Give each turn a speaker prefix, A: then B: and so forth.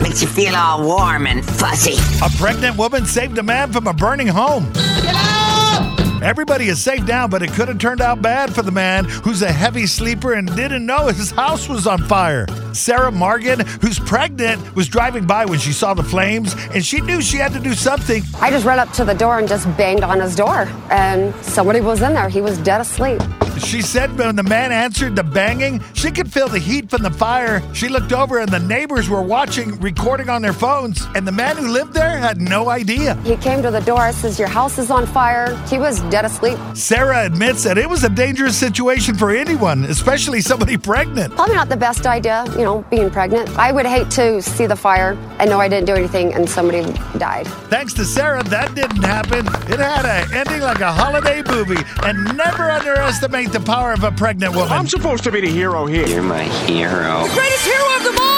A: Makes you feel all warm and fuzzy.
B: A pregnant woman saved a man from a burning home. Everybody is safe now, but it could have turned out bad for the man who's a heavy sleeper and didn't know his house was on fire. Sarah Morgan, who's pregnant, was driving by when she saw the flames and she knew she had to do something.
C: I just ran up to the door and just banged on his door, and somebody was in there. He was dead asleep.
B: She said when the man answered the banging, she could feel the heat from the fire. She looked over and the neighbors were watching, recording on their phones, and the man who lived there had no idea.
C: He came to the door. I says, "Your house is on fire." He was dead asleep.
B: Sarah admits that it was a dangerous situation for anyone, especially somebody pregnant.
C: Probably not the best idea, you know, being pregnant. I would hate to see the fire and know I didn't do anything and somebody died.
B: Thanks to Sarah, that didn't happen. It had an ending like a holiday movie, and never underestimate the power of a pregnant woman.
D: I'm supposed to be the hero here.
A: You're my hero.
E: Greatest hero of them all!